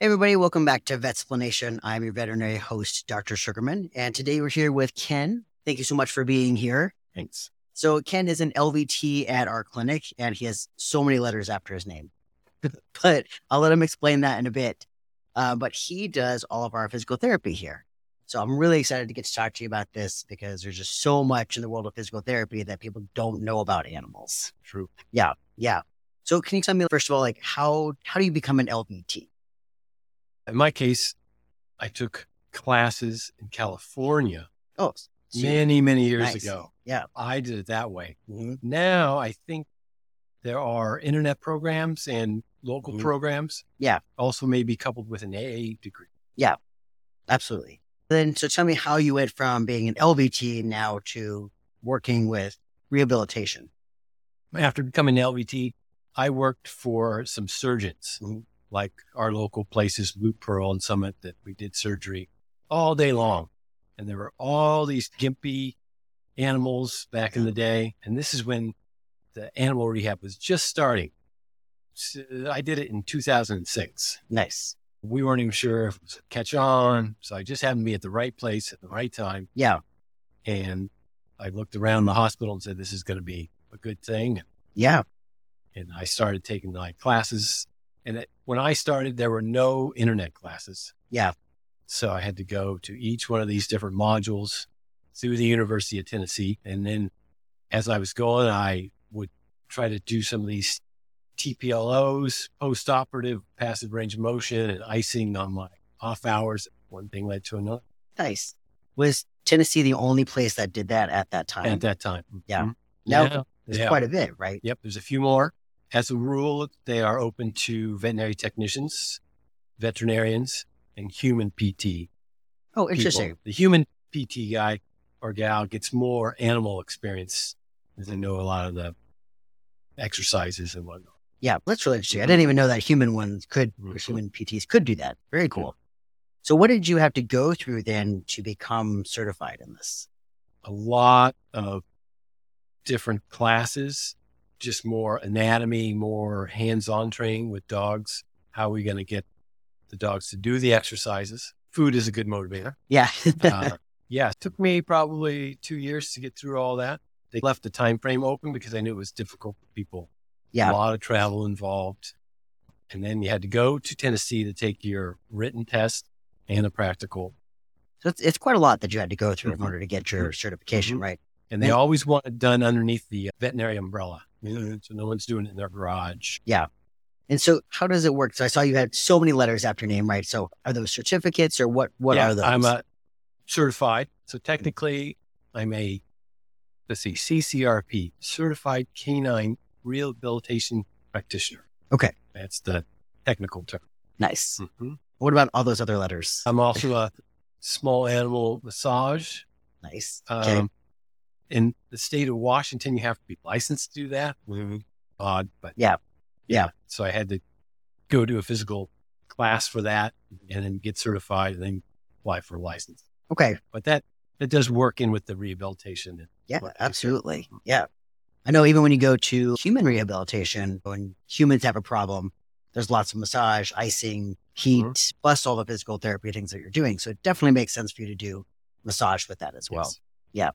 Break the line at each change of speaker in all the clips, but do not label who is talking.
everybody, welcome back to Vetsplanation. I'm your veterinary host, Dr. Sugarman, and today we're here with Ken. Thank you so much for being here.
Thanks.
So Ken is an LVT at our clinic, and he has so many letters after his name. but I'll let him explain that in a bit. Uh, but he does all of our physical therapy here. So I'm really excited to get to talk to you about this because there's just so much in the world of physical therapy that people don't know about animals.
True.
Yeah, yeah. So can you tell me first of all, like how how do you become an LVT?
In my case, I took classes in California
Oh, so you-
many, many years
Nice.
ago.
Yeah.
I did it that way.
Mhm.
Now I think there are internet programs and local
Mhm.
programs.
Yeah.
Also, maybe coupled with an AA degree.
absolutely. Then so tell me how you went from being an LVT now to working with rehabilitation.
After becoming an LVT, I worked for some surgeons,
Mhm.
like our local places, Blue Pearl and Summit, that we did surgery all day long. And there were all these gimpy animals back in the day. And this is when the animal rehab was just starting. So I did it in 2006.
Nice.
We weren't even sure if it was catch on. So I just happened to be at the right place at the right time.
Yeah.
And I looked around the hospital and said, this is going to be a good thing.
Yeah.
And I started taking like classes. And it, when I started, there were no internet classes.
Yeah.
So I had to go to each one of these different modules through the University of Tennessee. And then as I was going, I would try to do some of these TPLOs, post operative passive range of motion and icing on my off hours. One thing led to another
Nice. Was Tennessee the only place that did that at that time?
at that time.
Uh-huh. Yeah.
Mhm.
Now
yeah.
There's
yeah.
quite a bit, right?
Yep, there's a few more. As a rule, they are open to veterinary technicians, veterinarians, and human PT.
Oh,
people.
interesting.
The human PT guy or gal gets more animal experience because they know a lot of the exercises and whatnot.
Yeah, that's really
Mm-hmm.
interesting. I didn't even know that human ones could, or
Mhm.
human PTs could do that. Very cool. So, what did you have to go through then to become certified in this?
A lot of different classes, just more anatomy, more hands on training with dogs. How are we going to get the dogs to do the exercises? Food is a good motivator.
Yeah.
uh, yeah, it took me probably two years to get through all that. They left the time frame open because I knew it was difficult for people.
yeah.
A lot of travel involved. And then you had to go to Tennessee to take your written test and a practical.
So, it's, it's quite a lot that you had to go through in
Mhm.
order to get your certification,
Mhm.
right?
And they
Yeah.
always want it done underneath the uh, veterinary umbrella. So no one's doing it in their garage.
And so, how does it work? So, I saw you had so many letters after your name, right? So, are those certificates or what? What
Yeah,
are those? Mm.
I'm a certified. So technically, I'm a, let's see, CCRP, Certified Canine Rehabilitation Practitioner.
Okay. Mm-hmm.
That's the technical term.
nice.
Mm.
What about all those other letters?
I'm also a small animal massage.
nice.
Um,
okay.
In the state of Washington, you have to be licensed to do that. Odd, but
Mm-hmm. Yeah. Yeah.
So I had to go to a physical class for that and then get certified and then apply for a license.
Okay.
But that, that does work in with the rehabilitation and
Yeah,
what they do.
absolutely. Yeah. I know even when you go to human rehabilitation, when humans have a problem, there's lots of massage, icing,
Mm-hmm.
heat, plus all the physical therapy things that you're doing. So it definitely makes sense for you to do massage with that as well.
Yes.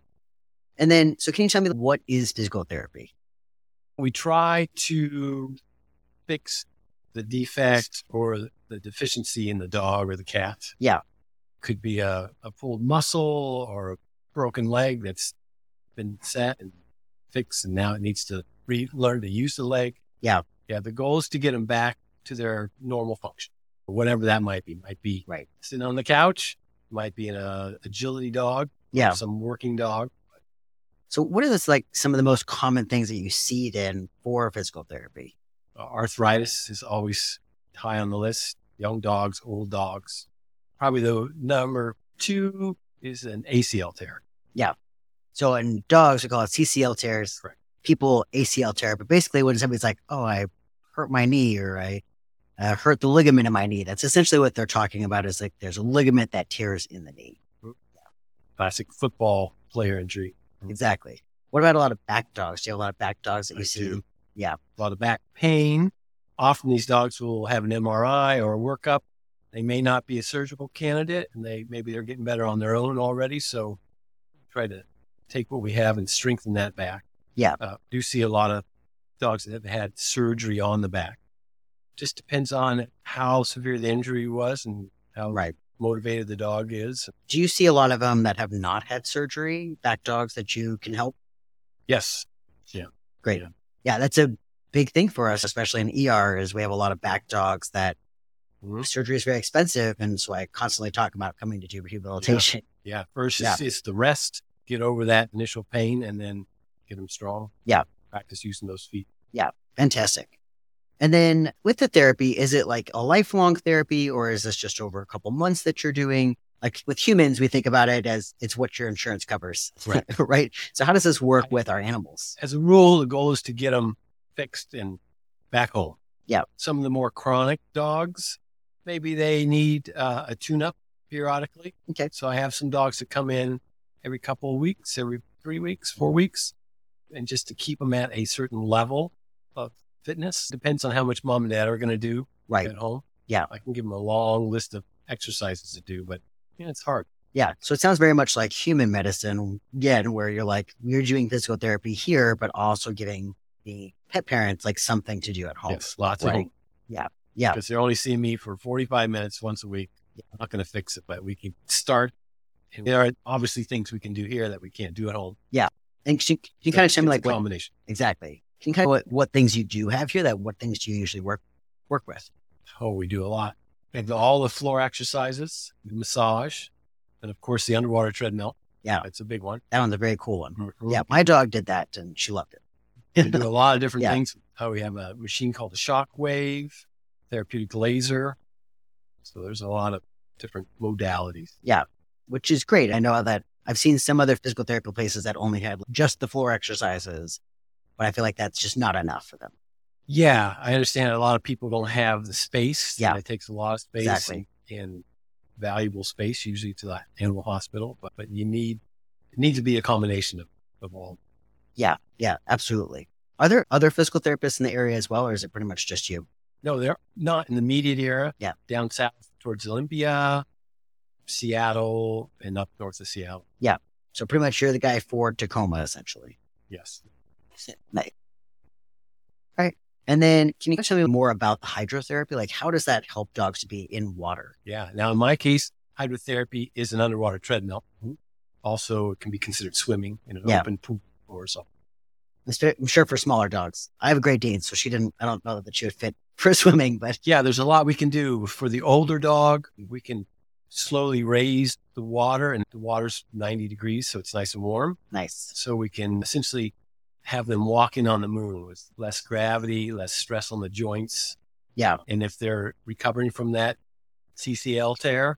And then, so can you tell me what is physical therapy?
we try to fix the defect or the deficiency in the dog or the cat.
Yeah.
Could be a, a pulled muscle or a broken leg that's been set and fixed, and now it needs to re- learn to use the leg.
Yeah.
Yeah. The goal is to get them back to their normal function, or whatever that might be. Might be
Right.
sitting on the couch, might be in a agility dog,
Yeah.
some working dog.
So what are this like some of the most common things that you see then for physical therapy?
Uh, arthritis is always high on the list. Young dogs, old dogs. Probably the number two is an ACL tear.
So in dogs, we call it CCL tears.
Correct.
People ACL tear, but basically when somebody's like, "Oh, I hurt my knee," or "I uh, hurt the ligament in my knee," that's essentially what they're talking about. Is like there's a ligament that tears in the knee.
Mm-hmm. Classic football player injury. Mhm.
Exactly. What about a lot of back dogs? Do you have a lot of back dogs that you
I
see?
do.
Yeah.
A lot of back pain. Often these dogs will have an MRI or a workup They may not be a surgical candidate, and they maybe they're getting better on their own already. So try to take what we have and strengthen that back.
Yeah.
uh, do see a lot of dogs that have had surgery on the back. Just depends on how severe the injury was and how
Right.
motivated the dog is.
Do you see a lot of them that have not had surgery, back dogs that you can help?
Yes,
Yeah, that's a big thing for us, especially in ER, is we have a lot of back dogs that
Mhm.
surgery is very expensive. And so I constantly talk about coming to do rehabilitation.
yeah. First, it's, it's the rest. Get over that initial pain, and then get them strong.
Yeah.
practice using those feet.
Fantastic. And then with the therapy, is it like a lifelong therapy or is this just over a couple months that you're doing? Like with humans, we think about it as it's what your insurance covers,
Right.
right? So how does this work with our animals?
as a rule, the goal is to get them fixed and back home.
Yeah.
Some of the more chronic dogs, maybe they need uh, a tune up periodically.
Okay.
So I have some dogs that come in every couple of weeks, every three weeks, four weeks, and just to keep them at a certain level of fitness. Depends on how much mom and dad are going to do
Right.
at home.
Yeah.
I can give them a long list of exercises to do, but yeah, it's hard.
Yeah. So it sounds very much like human medicine, again, where you're like, you're doing physical therapy here, but also giving the pet parents like something to do at home.
Yes, lots
Oh, Right.
of home.
Yeah. Yeah.
Because they're only seeing me for 45 minutes once a week. I'm not going to fix it, but we can start. And there are obviously things we can do here that we can't do at home.
And can you, can you kind of
It's-
tell me
it's
like
a
what,
combination.
exactly? Can you kind of what, what things you do have here that what things do you usually work work with?
Oh, we do a lot. We have all the floor exercises, the massage, and of course the underwater treadmill.
Yeah.
It's a big one.
That one's a very cool one.
Mm-hmm.
Yeah, my dog did that and she loved it.
We do a lot of different
Yeah.
things. Oh, we have a machine called the Shockwave, therapeutic laser. So there's a lot of different modalities.
which is great. I know that I've seen some other physical therapy places that only had just the floor exercises, but I feel like that's just not enough for them.
Yeah, I understand a lot of people don't have the space.
Yeah.
And it takes a lot of space
Exactly.
and, and valuable space, usually to the animal hospital. But, but you need, it needs to be a combination of, of all.
Yeah, yeah, absolutely. Are there other physical therapists in the area as well, or is it pretty much just you?
No, they're not in the immediate area.
Yeah.
Down south towards Olympia, Seattle, and up north of Seattle.
So pretty much you're the guy for Tacoma, essentially.
Yes.
Nice. All right. And then can you tell me more about the hydrotherapy? Like, how does that help dogs to be in water?
Yeah. Now, in my case, hydrotherapy is an underwater treadmill. Also, it can be considered swimming in an
Yeah.
open pool or something.
I'm sure- I'm sure for smaller dogs. I have a Great Dane, so she didn't. I don't know that she would fit for swimming, but
yeah, there's a lot we can do for the older dog. We can slowly raise the water, and the water's 90 degrees, so it's nice and warm.
nice.
So we can essentially have them walking on the moon with less gravity, less stress on the joints.
Yeah.
And if they're recovering from that CCL tear,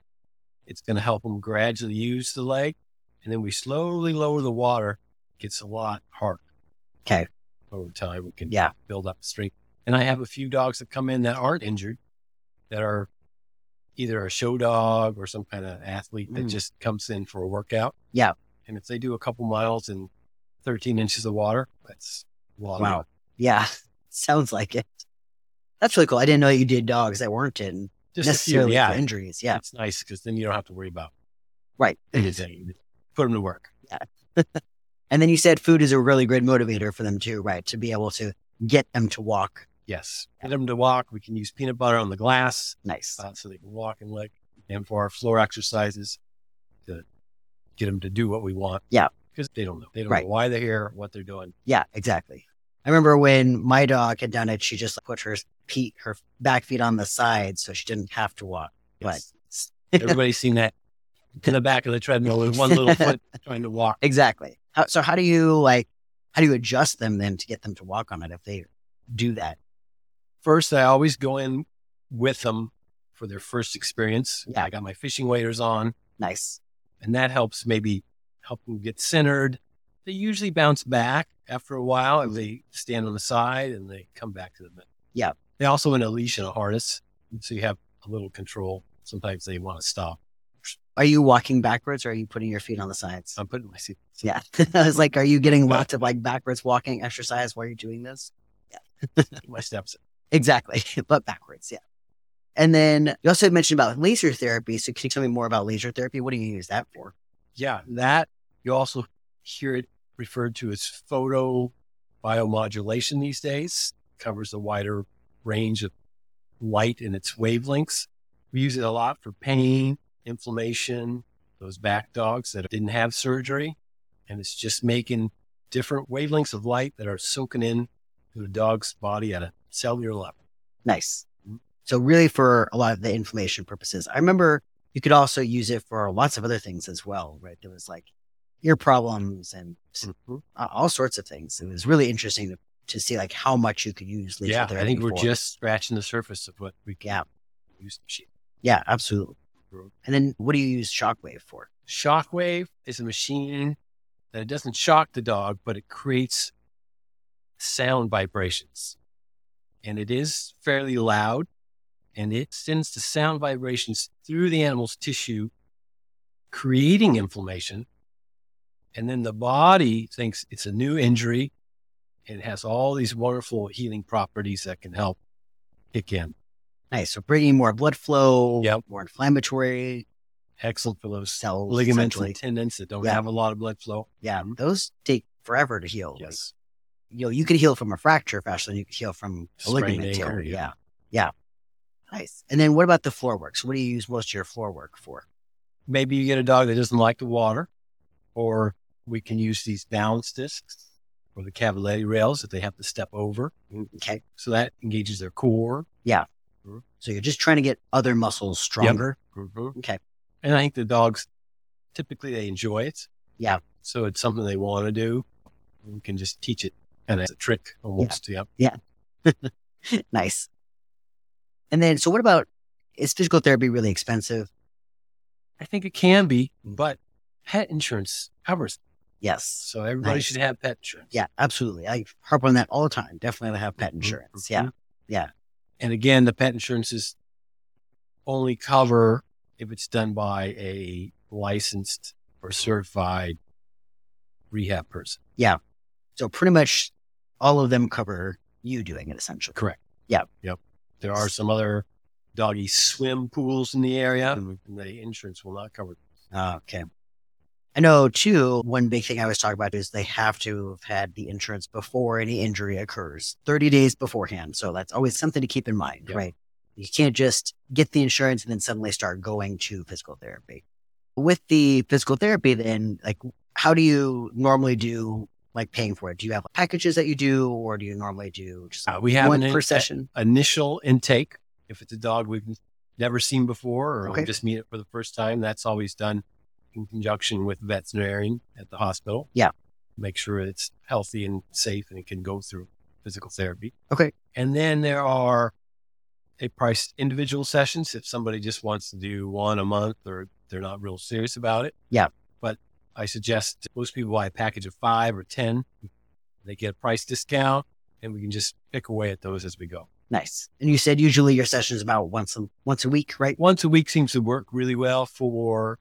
it's going to help them gradually use the leg. And then we slowly lower the water, gets a lot harder.
Okay.
Over time, we can
Yeah.
build up strength. And I have a few dogs that come in that aren't injured, that are either a show dog or some kind of athlete that
Mm.
just comes in for a workout.
Yeah.
And if they do a couple miles in 13 inches of water, that's a lot. of
Wow.
water.
Yeah, sounds like it. That's really cool. I didn't know you did dogs that weren't in
Just a
necessarily
few, yeah.
for injuries. Yeah,
It's nice because then you don't have to worry about
right.
anything. Put them to work.
And then you said food is a really great motivator for them too, right? To be able to get them to walk.
Yes. Get them to walk. We can use peanut butter on the glass
Nice.
uh, so they can walk and lick. And for our floor exercises, to get them to do what we want.
Yeah.
Because they don't know. They don't
Right.
know why they're here, what they're doing.
Yeah, exactly. I remember when my dog had done it, she just put her feet, her back feet on the side so she didn't have to walk.
Yes. Everybody's seen that in the back of the treadmill with one little foot trying to walk.
Exactly. How, so how do you like, how do you adjust them then to get them to walk on it if they do that?
First, I always go in with them for their first experience.
Yeah.
I got my fishing waders on,
Nice.
and that helps maybe help them get centered. They usually bounce back after a while if they stand on the side and they come back to the middle.
Yeah.
They also in a leash and a harness, so you have a little control. Sometimes they want to stop.
Are you walking backwards or are you putting your feet on the sides?
I'm putting my seat.
Yeah. I was like, are you getting lots of like backwards walking exercise while you're doing this?
my steps.
Exactly. but backwards. Yeah. And then you also mentioned about laser therapy. So can you tell me more about laser therapy? What do you use that for?
Yeah, that you also hear it referred to as photo biomodulation these days. Covers a wider range of light and its wavelengths. We use it a lot for pain, inflammation, those back dogs that didn't have surgery. And it's just making different wavelengths of light that are soaking in to the dog's body at a cellular level.
Nice.
Mm-hmm.
So really for a lot of the inflammation purposes. I remember you could also use it for lots of other things as well, right? There was like ear problems and
Mm-hmm.
uh, all sorts of things. It was really interesting to, to see like how much you could use laser
Yeah,
therapy.
I think we're
for.
just scratching the surface of what we can
yeah,
use the machine.
yeah, absolutely.
Mhm.
And then what do you use shockwave for?
Shockwave is a machine that it doesn't shock the dog, but it creates sound vibrations. And it is fairly loud and it sends the sound vibrations through the animal's tissue, creating inflammation. And then the body thinks it's a new injury and it has all these wonderful healing properties that can help kick in.
Nice. So bringing more blood flow,
Yep.
more inflammatory
Excellent for those
cells,
ligaments
essentially.
and tendons that don't
Yeah.
have a lot of blood flow.
Yeah,
Mhm.
those take forever to heal. Like, you know, you could heal from a fracture faster than you could heal from a
Sprained
ligament tear.
ankle,
yeah.
yeah.
yeah. Nice. And then what about the floor work? So what do you use most of your floor work for?
maybe you get a dog that doesn't like the water, or we can use these balance discs or the cavaletti rails that they have to step over.
Mm, Okay.
So that engages their core.
So you're just trying to get other muscles stronger. Okay.
And I think the dogs typically they enjoy it.
Yeah.
So it's something they want to do. We can just teach it kind of as a trick almost. Yep.
nice. And then, so what about, is physical therapy really expensive?
I think it can be,
Mm.
but pet insurance covers. it.
Yes.
So everybody
Nice.
should have pet insurance.
Yeah, absolutely. I harp on that all the time. Definitely have
Mm-hmm,
pet insurance. Yeah.
And again, the pet insurances only cover if it's done by a licensed or certified rehab person.
So pretty much all of them cover you doing it essentially.
Correct. There are some other doggy swim pools in the area,
Mm-hmm.
and the insurance will not cover.
Okay. I know too, one big thing I was talking about is they have to have had the insurance before any injury occurs, 30 days beforehand. So that's always something to keep in mind,
Yeah.
right? You can't just get the insurance and then suddenly start going to physical therapy. With the physical therapy, then, like, how do you normally do like paying for it? Do you have packages that you do, or do you normally do just
Uh, we have
one
an
per
in-
session?
initial intake. If it's a dog we've never seen before, or
Okay.
we just meet it for the first time, that's always done in conjunction with veterinarian at the hospital.
Yeah.
Make sure it's healthy and safe and it can go through physical therapy.
Okay.
And then there are a priced individual sessions if somebody just wants to do one a month or they're not real serious about it.
Yeah.
But I suggest most people buy a package of five or 10. They get a price discount and we can just pick away at those as we go.
Nice. And you said usually your session is about once a, once a week, right?
once a week seems to work really well for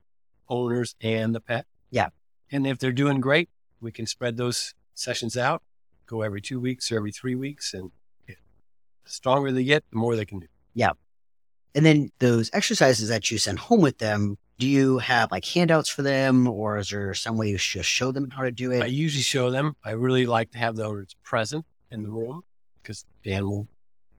owners and the pet.
Yeah.
And if they're doing great, we can spread those sessions out, go every two weeks or every three weeks. And the stronger they get, the more they can do.
And then those exercises that you send home with them, do you have like handouts for them or is there some way you just show them how to do
I
it?
usually show them. I really like to have the owners present in the room because the animal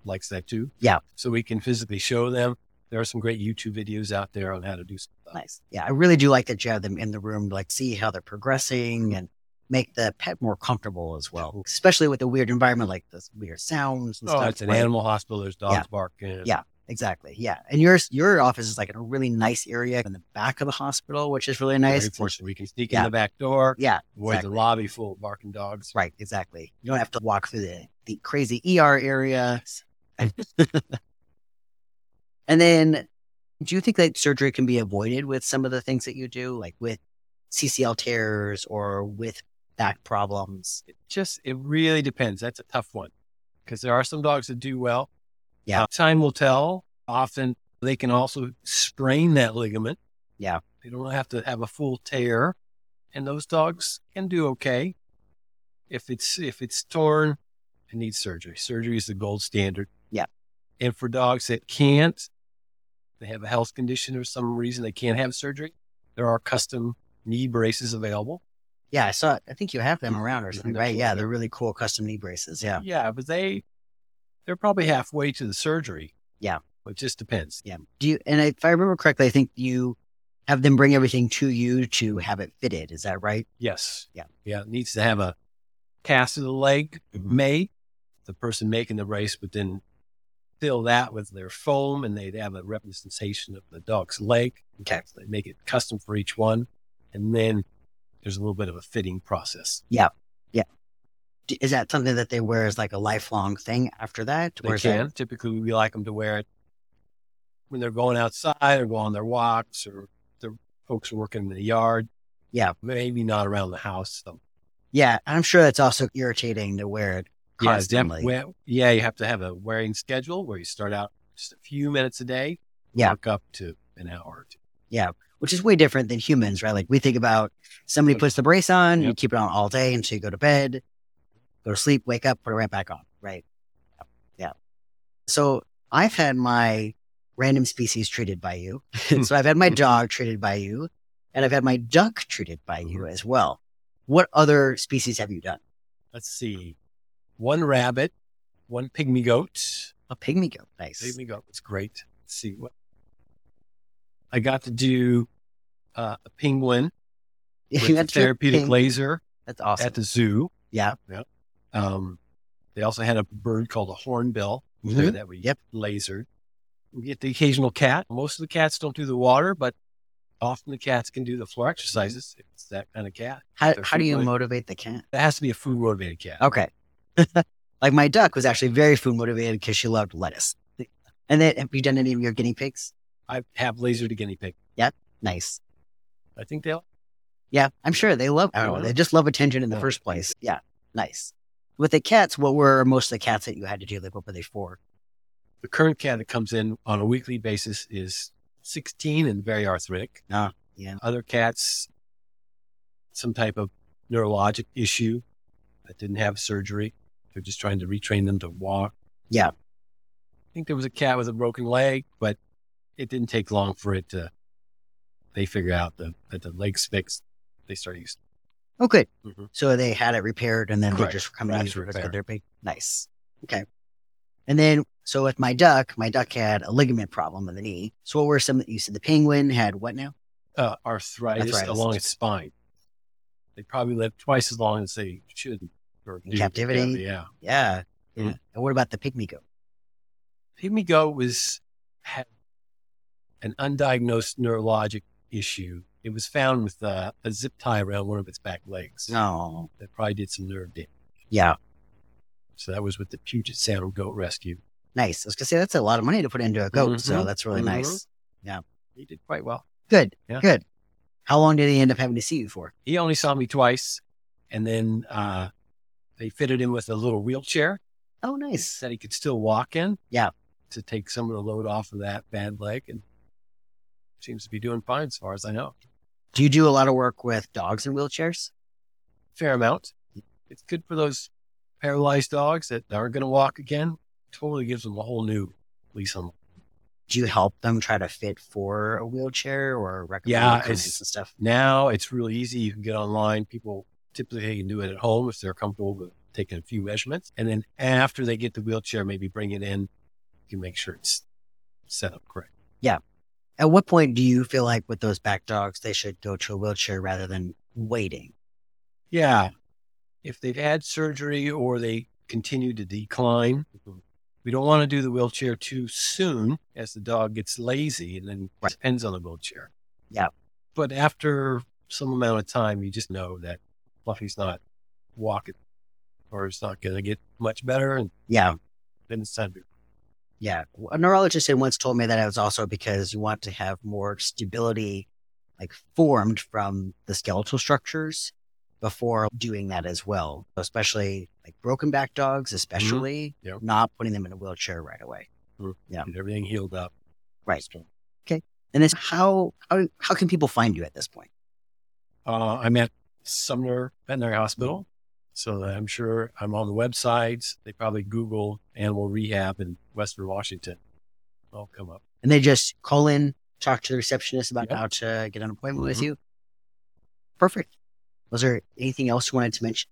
likes that too.
Yeah.
So we can physically show them. There are some great YouTube videos out there on how to do stuff.
Nice. Yeah, I really do like that you have them in the room to like see how they're progressing and make the pet more comfortable as well, especially with the weird environment like this weird sounds and
Oh,
stuff.
it's an
right?
animal hospital. There's dogs
Yeah.
barking.
Yeah. Exactly. Yeah. And yours, your office is like in a really nice area in the back of the hospital, which is really nice.
Very fortunate. We can sneak
Yeah.
in the back door.
Yeah.
Avoid
Exactly.
the lobby full of barking dogs.
Right, exactly. You don't have to walk through the, the crazy ER area. and then do you think that surgery can be avoided with some of the things that you do, like with CCL tears or with back problems?
It just, it really depends. That's a tough one because there are some dogs that do well. Uh,
Yeah.
time will tell. Often they can also sprain that ligament.
Yeah.
They don't have to have a full tear. And those dogs can do okay. If it's, if it's torn, it needs surgery. Surgery is the gold standard.
Yeah.
And for dogs that can't, they have a health condition or some reason they can't have surgery, there are custom knee braces available.
Yeah, I saw. I think you have them around or something, right? Yeah, they're really cool custom knee braces. Yeah,
Yeah, but they they're probably halfway to the surgery.
Yeah.
It just depends.
yeah. Do you? And if I remember correctly, I think you have them bring everything to you to have it fitted. Is that right?
Yes.
Yeah.
Yeah. It needs to have a cast of the leg
Mhm.
made. The person making the brace would then fill that with their foam and they'd have a representation of the dog's leg.
Okay.
They make it custom for each one. And then there's a little bit of a fitting process.
D- Is that something that they wear as like a lifelong thing after that?
They
is that-
can. Typically, we like them to wear it when they're going outside or going on their walks or the folks are working in the yard.
Yeah.
Maybe not around the house. So.
yeah, I'm sure that's also irritating to wear it
Yeah, it's def-
constantly.
well, yeah, you have to have a wearing schedule where you start out just a few minutes a day,
Yeah.
work up to an hour or two.
which is way different than humans, right? Like we think about somebody puts the brace on, you
Yep.
keep it on all day until you go to bed, go to sleep, wake up, put it right back on, right? Yep. Yeah. So I've had my random species treated by you.
Hmm.
so I've had my dog treated by you, and I've had my duck treated by you
Mm-hmm.
as well. What other species have you done?
Let's see. One rabbit, one pygmy goat.
A Oh, pygmy goat, nice.
Pygmy goat was great. Let's see what I got to do uh, a penguin
You
with a
had to treat
therapeutic
pig-
laser
That's awesome.
at the zoo.
yeah.
Um, they also had a bird called a hornbill
Mhm.
there that we
Yep.
lasered. We get the occasional cat. Most of the cats don't do the water, but often the cats can do the floor exercises. if It's that kind of cat.
How,
They're
how do you
food-like.
motivate the cat?
That has to be a food motivated cat.
Okay. like my duck was actually very food motivated because she loved lettuce. And then have you done any of your guinea pigs?
I have lasered a guinea pig.
Nice.
I think they'll.
Yeah, I'm sure they love. I don't know. They just love attention in the
Yeah.
first place. Yeah, nice. With the cats, what were most of the cats that you had to do? Like, what were they for?
The current cat that comes in on a weekly basis is 16 and very arthritic.
Ah, yeah.
Other cats, some type of neurologic issue that didn't have surgery. They're just trying to retrain them to walk.
Yeah.
I think there was a cat with a broken leg, but it didn't take long for it to. They figure out the, that the leg's fixed. They start using.
Oh, good.
Mhm.
So they had it repaired, and then
Correct.
they just coming
Right,
in for
repair.
physical therapy. Nice. Okay. And then, so with my duck, my duck had a ligament problem in the knee. So what were some that you said? The penguin had what now?
uh, arthritis,
Arthritis.
along its spine. They probably live twice as long as they should. Or
In
do.
captivity?
Yeah.
Yeah. yeah.
Mm.
And what about the pygmy goat?
Pygmy goat was had an undiagnosed neurologic issue. It was found with uh, a zip tie around one of its back legs.
No.
That probably did some nerve damage.
Yeah.
So that was with the Puget Sound Goat Rescue.
Nice. I was gonna say that's a lot of money to put into a goat, so
Mhm.
that's really
Mhm.
nice.
He did quite well.
Good.
Yeah.
Good. How long did he end up having to see you for?
He only saw me twice, and then uh, they fitted him with a little wheelchair
Oh, nice.
that he could still walk in.
Yeah.
To take some of the load off of that bad leg and seems to be doing fine as far as I know.
Do you do a lot of work with dogs in wheelchairs?
Fair amount. It's good for those paralyzed dogs that aren't going to walk again. Totally gives them a whole new lease on life.
Do you help them try to fit for a wheelchair or recommend
Yeah,
all kinds
it's-
of stuff?
Now it's really easy. You can get online. People typically can do it at home if they're comfortable with taking a few measurements. And then after they get the wheelchair, maybe bring it in. You can make sure it's set up correct.
At what point do you feel like with those back dogs they should go to a wheelchair rather than waiting?
Yeah. If they've had surgery or they continue to decline,
Mm-hmm.
we don't want to do the wheelchair too soon as the dog gets lazy and then
Right.
depends on the wheelchair.
Yeah.
But after some amount of time, you just know that Fluffy's not walking or it's not going to get much better. And
Yeah.
then it's time to.
Yeah. A neurologist had once told me that it was also because you want to have more stability, like formed from the skeletal structures before doing that as well. Especially like broken back dogs, especially
Mm-hmm. Yep.
not putting them in a wheelchair right away. Yeah.
Get everything healed up.
Right. And it's how, how, how can people find you at this point?
Uh, I'm at Sumner Veterinary Hospital. So I'm sure I'm on the websites. They probably Google animal rehab in Western Washington. I'll come up.
and they just call in, talk to the receptionist about
Yep.
how to get an appointment with
Mhm.
you. Perfect. Was there anything else you wanted to mention?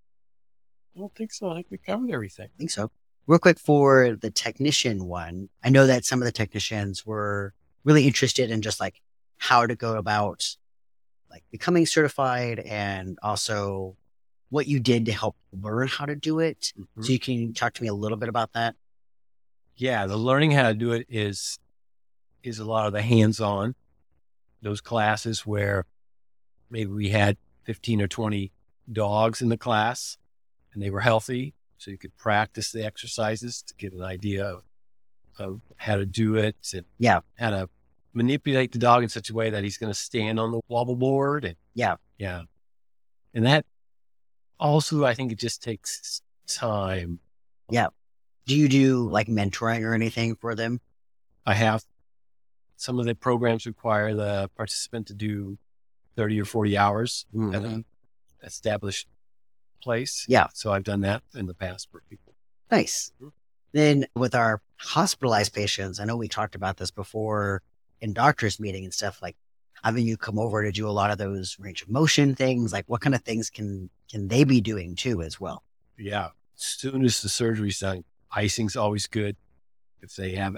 I don't think so. I think we covered everything.
I think so. Real quick for the technician one, I know that some of the technicians were really interested in just like how to go about like becoming certified and also what you did to help learn how to do it. So you can talk to me a little bit about that.
yeah the learning how to do it is is a lot of the hands-on those classes where maybe we had 15 or 20 dogs in the class and they were healthy so you could practice the exercises to get an idea of, of how to do it and
Yeah.
how to manipulate the dog in such a way that he's going to stand on the wobble board and
Yeah.
yeah and that also i think it just takes time
Do you do like mentoring or anything for them?
I have some of the programs require the participant to do 30 or 40 hours at an established place.
Mm-hmm. Yeah.
So I've done that in the past for people.
Nice.
Mhm.
Then with our hospitalized patients, I know we talked about this before in doctors' meeting and stuff like having you come over to do a lot of those range of motion things. Like what kind of things can can they be doing too as well?
Yeah. As soon as the surgery's done, icing's always good if they have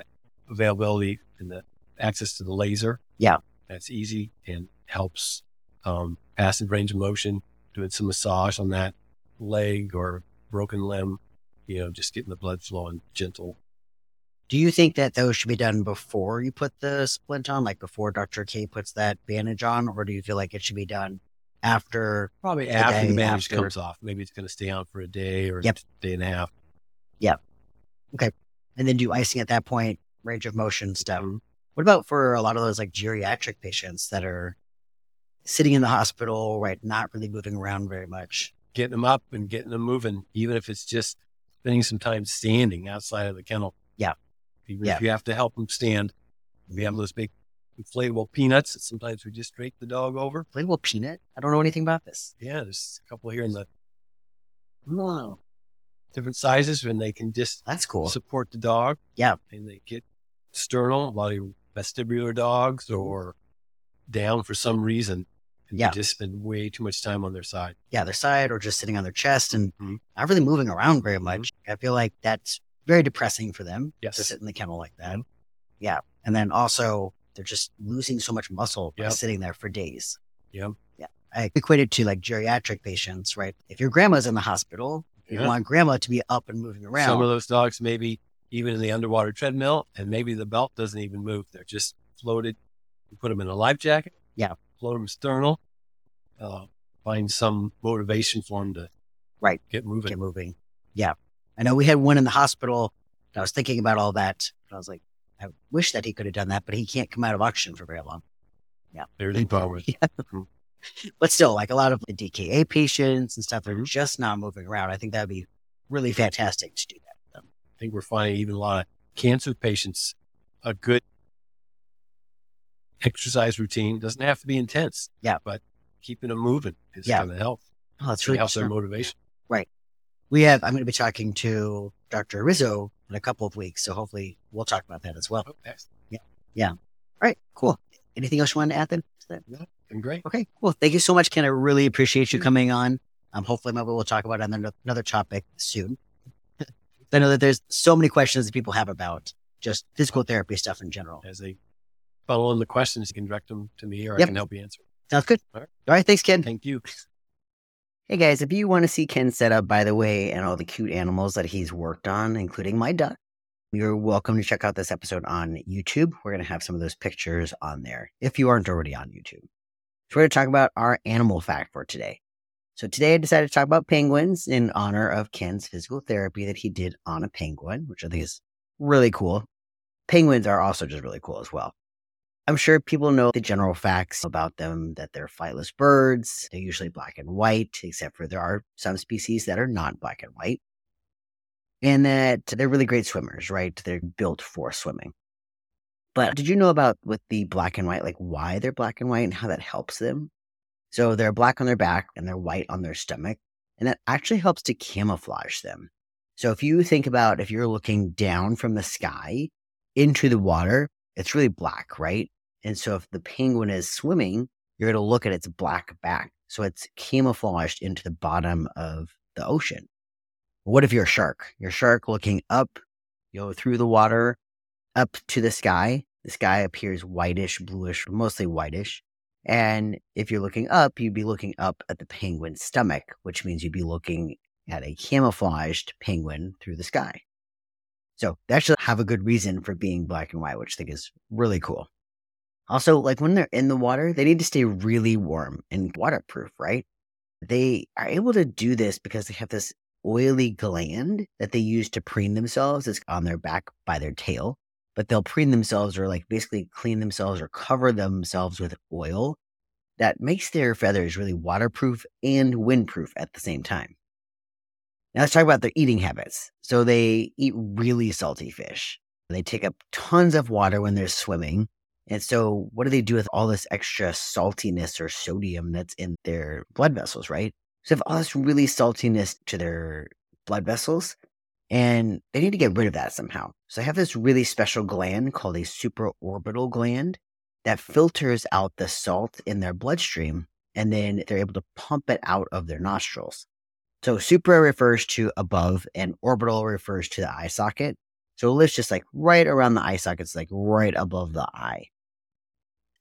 availability and the access to the laser.
Yeah.
That's easy and helps um, acid range of motion, doing some massage on that leg or broken limb, you know, just getting the blood flowing gentle.
Do you think that those should be done before you put the splint on, like before Dr. K puts that bandage on, or do you feel like it should be done after?
Probably
the
after the
day
bandage
after.
comes off. Maybe it's going to stay on for a day or
Yep.
a day and a half.
And then do icing at that point, range of motion stuff.
Mhm.
What about for a lot of those like geriatric patients that are sitting in the hospital, right? Not really moving around very much.
Getting them up and getting them moving, even if it's just spending some time standing outside of the kennel.
Yeah.
Even
Yeah.
if you have to help them stand, we have those big inflatable peanuts that sometimes we just drape the dog over.
Inflatable peanut? I don't know anything about this.
Yeah, there's a couple here in the
No.
different sizes when they can just
That's cool.
support the dog.
Yeah.
And they get sternal, a lot of vestibular dogs or down for some reason. And
Yeah.
They just spend way too much time on their side.
yeah, their side or just sitting on their chest and
Mhm.
not really moving around very much. I feel like that's very depressing for them
Yes.
to sit in the kennel like that. Yeah. And then also they're just losing so much muscle by
Yep.
sitting there for days.
Yep.
Yeah. I equate it to like geriatric patients, right? If your grandma's in the hospital, you
Yeah.
want grandma to be up and moving around.
Some of those dogs, maybe even in the underwater treadmill, and maybe the belt doesn't even move. They're just floated. You put them in a life jacket.
Yeah.
Float them sternal. Uh, find some motivation for them to
Right.
get moving.
get moving. Yeah. I know we had one in the hospital. And I was thinking about all that. And I was like, I wish that he could have done that, but he can't come out of oxygen for very long.
There's the problem. with-
But still, like a lot of the DKA patients and stuff, they're
Mhm.
just not moving around. I think that'd be really fantastic to do that.
I think we're finding even a lot of cancer patients a good exercise routine doesn't have to be intense.
Yeah.
But keeping them moving is
Yeah.
going to help.
Oh, that's
It's going
really
to help their
smart.
motivation.
We have, I'm going to be talking to Dr. Rizzo in a couple of weeks. So hopefully we'll talk about that as well. All
Oh, excellent.
right, cool. Anything else you want to add then? to that?
And great.
Okay, cool. Thank you so much, Ken. I really appreciate you
Mm-hmm.
coming on. Um, hopefully maybe we'll talk about another, another topic soon. I know that there's so many questions that people have about just physical therapy stuff in general.
As they funnel in the questions, you can direct them to me or
Yep.
I can help you answer.
Sounds good.
All right.
All right, thanks, Ken.
Thank you.
Hey guys, if you want to see Ken set up, by the way, and all the cute animals that he's worked on, including my duck, you're welcome to check out this episode on YouTube. We're going to have some of those pictures on there if you aren't already on YouTube. So, we're going to talk about our animal fact for today. So, today I decided to talk about penguins in honor of Ken's physical therapy that he did on a penguin, which I think is really cool. Penguins are also just really cool as well. I'm sure people know the general facts about them that they're flightless birds. They're usually black and white, except for there are some species that are not black and white. And that they're really great swimmers, right? They're built for swimming. But did you know about with the black and white, like why they're black and white and how that helps them? So they're black on their back and they're white on their stomach. And that actually helps to camouflage them. So if you think about if you're looking down from the sky into the water, it's really black, right? And so if the penguin is swimming, you're going to look at its black back. So it's camouflaged into the bottom of the ocean. What if you're a shark? You're a shark looking up, you know, through the water, up to the sky. The sky appears whitish, bluish, mostly whitish. And if you're looking up, you'd be looking up at the penguin's stomach, which means you'd be looking at a camouflaged penguin through the sky. So they actually have a good reason for being black and white, which I think is really cool. Also, like when they're in the water, they need to stay really warm and waterproof, right? They are able to do this because they have this oily gland that they use to preen themselves. It's on their back by their tail, but they'll preen themselves or like basically clean themselves or cover themselves with oil that makes their feathers really waterproof and windproof at the same time. Now let's talk about their eating habits. So they eat really salty fish. They take up tons of water when they're swimming. And so what do they do with all this extra saltiness or sodium that's in their blood vessels, right? So they have all this really saltiness to their blood vessels and they need to get rid of that somehow. So they have this really special gland called a supraorbital gland that filters out the salt in their bloodstream and then they're able to pump it out of their nostrils. So supra refers to above and orbital refers to the eye socket. So it lives just like right around the eye socket. It's like right above the eye.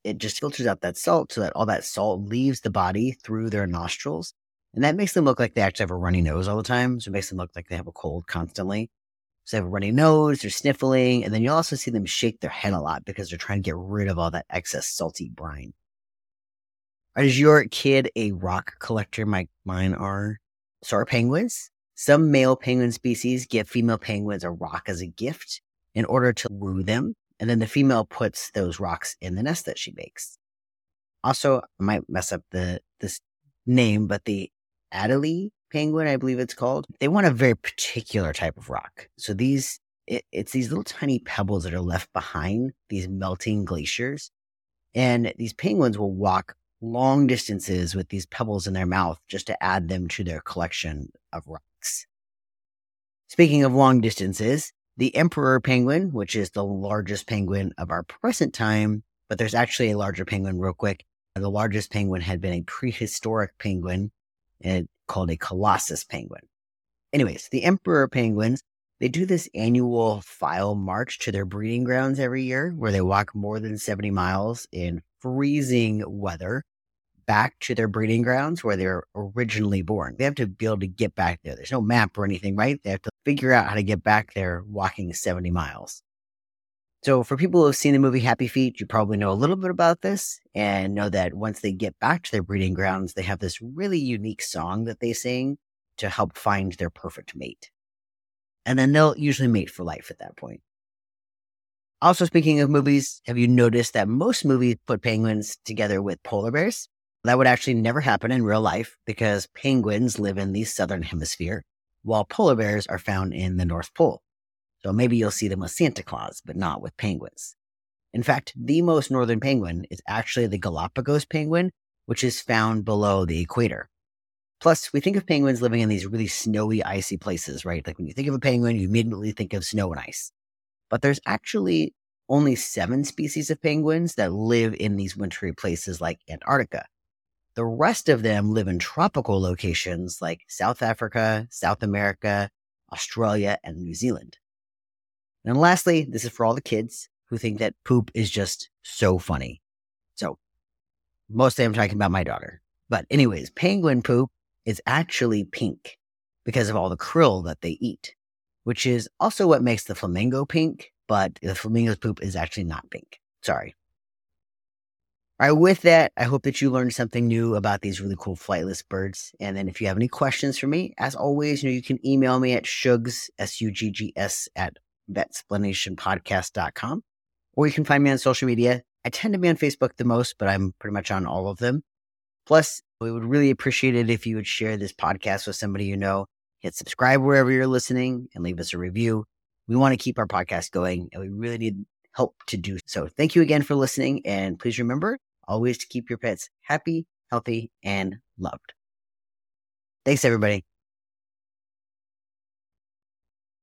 It just filters out that salt so that all that salt leaves the body through their nostrils. And that makes them look like they actually have a runny nose all the time. So it makes them look like they have a cold constantly. So they have a runny nose, they're sniffling. And then you'll also see them shake their head a lot because they're trying to get rid of all that excess salty brine. Is your kid a rock collector? My, mine are. So are penguins. Some male penguin species give female penguins a rock as a gift in order to woo them. And then the female puts those rocks in the nest that she makes. Also, I might mess up the this name, but the Adelie penguin, I believe it's called, they want a very particular type of rock. So these it, it's these little tiny pebbles that are left behind these melting glaciers. And these penguins will walk long distances with these pebbles in their mouth just to add them to their collection of rocks. Speaking of long distances, the emperor penguin, which is the largest penguin of our present time, but there's actually a larger penguin real quick. The largest penguin had been a prehistoric penguin and called a colossus penguin. Anyways, the emperor penguins, they do this annual file march to their breeding grounds every year where they walk more than 70 miles in freezing weather back to their breeding grounds where they're originally born. They have to be able to get back there. There's no map or anything, right? They have to figure out how to get back there walking 70 miles. So, for people who have seen the movie Happy Feet, you probably know a little bit about this and know that once they get back to their breeding grounds, they have this really unique song that they sing to help find their perfect mate. And then they'll usually mate for life at that point. Also, speaking of movies, have you noticed that most movies put penguins together with polar bears? That would actually never happen in real life because penguins live in the southern hemisphere, while polar bears are found in the North Pole. So maybe you'll see them with Santa Claus, but not with penguins. In fact, the most northern penguin is actually the Galapagos penguin, which is found below the equator. Plus, we think of penguins living in these really snowy, icy places, right? Like when you think of a penguin, you immediately think of snow and ice but there's actually only seven species of penguins that live in these wintry places like Antarctica. The rest of them live in tropical locations like South Africa, South America, Australia, and New Zealand. And lastly, this is for all the kids who think that poop is just so funny. So, mostly I'm talking about my daughter. But, anyways, penguin poop is actually pink because of all the krill that they eat which is also what makes the flamingo pink, but the flamingo's poop is actually not pink. Sorry. All right, with that, I hope that you learned something new about these really cool flightless birds. And then if you have any questions for me, as always, you, know, you can email me at shugs, S-U-G-G-S at vetsplanationpodcast.com, or you can find me on social media. I tend to be on Facebook the most, but I'm pretty much on all of them. Plus, we would really appreciate it if you would share this podcast with somebody you know hit subscribe wherever you're listening and leave us a review. We want to keep our podcast going and we really need help to do so. Thank you again for listening. And please remember always to keep your pets happy, healthy, and loved. Thanks, everybody.